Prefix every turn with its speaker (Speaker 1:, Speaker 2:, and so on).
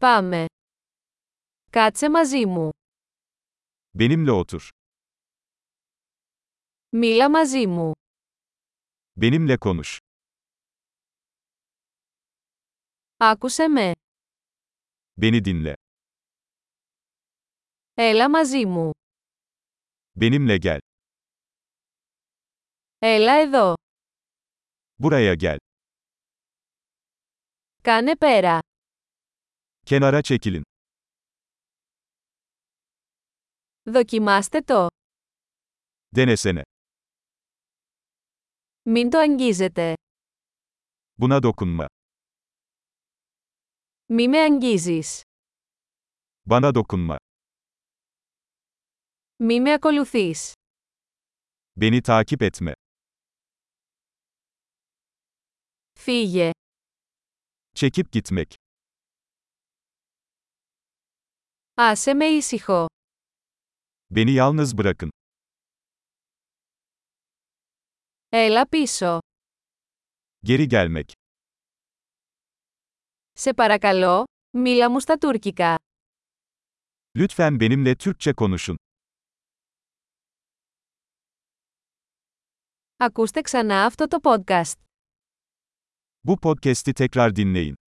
Speaker 1: Πάμε. Κάτσε μαζί μου.
Speaker 2: Benimle otur.
Speaker 1: Μίλα μαζί μου.
Speaker 2: Benimle konuş.
Speaker 1: Άκουσε με.
Speaker 2: Beni dinle.
Speaker 1: Έλα μαζί μου.
Speaker 2: Benimle gel.
Speaker 1: Έλα εδώ.
Speaker 2: Buraya gel.
Speaker 1: Κάνε πέρα.
Speaker 2: Kenara çekilin.
Speaker 1: Δοκιμάστε το.
Speaker 2: Denesene.
Speaker 1: Μην το αγγίζετε.
Speaker 2: Buna dokunma.
Speaker 1: Μη με αγγίζεις.
Speaker 2: Bana dokunma.
Speaker 1: Μη με ακολουθείς.
Speaker 2: Beni takip etme.
Speaker 1: Φύγε.
Speaker 2: Çekip gitmek.
Speaker 1: Άσε με ήσυχο.
Speaker 2: Beni yalnız bırakın.
Speaker 1: Έλα πίσω.
Speaker 2: Geri gelmek.
Speaker 1: Σε παρακαλώ, μίλα μου στα τουρκικά.
Speaker 2: Lütfen benimle Türkçe konuşun.
Speaker 1: Ακούστε ξανά αυτό το podcast.
Speaker 2: Bu podcast'i tekrar dinleyin.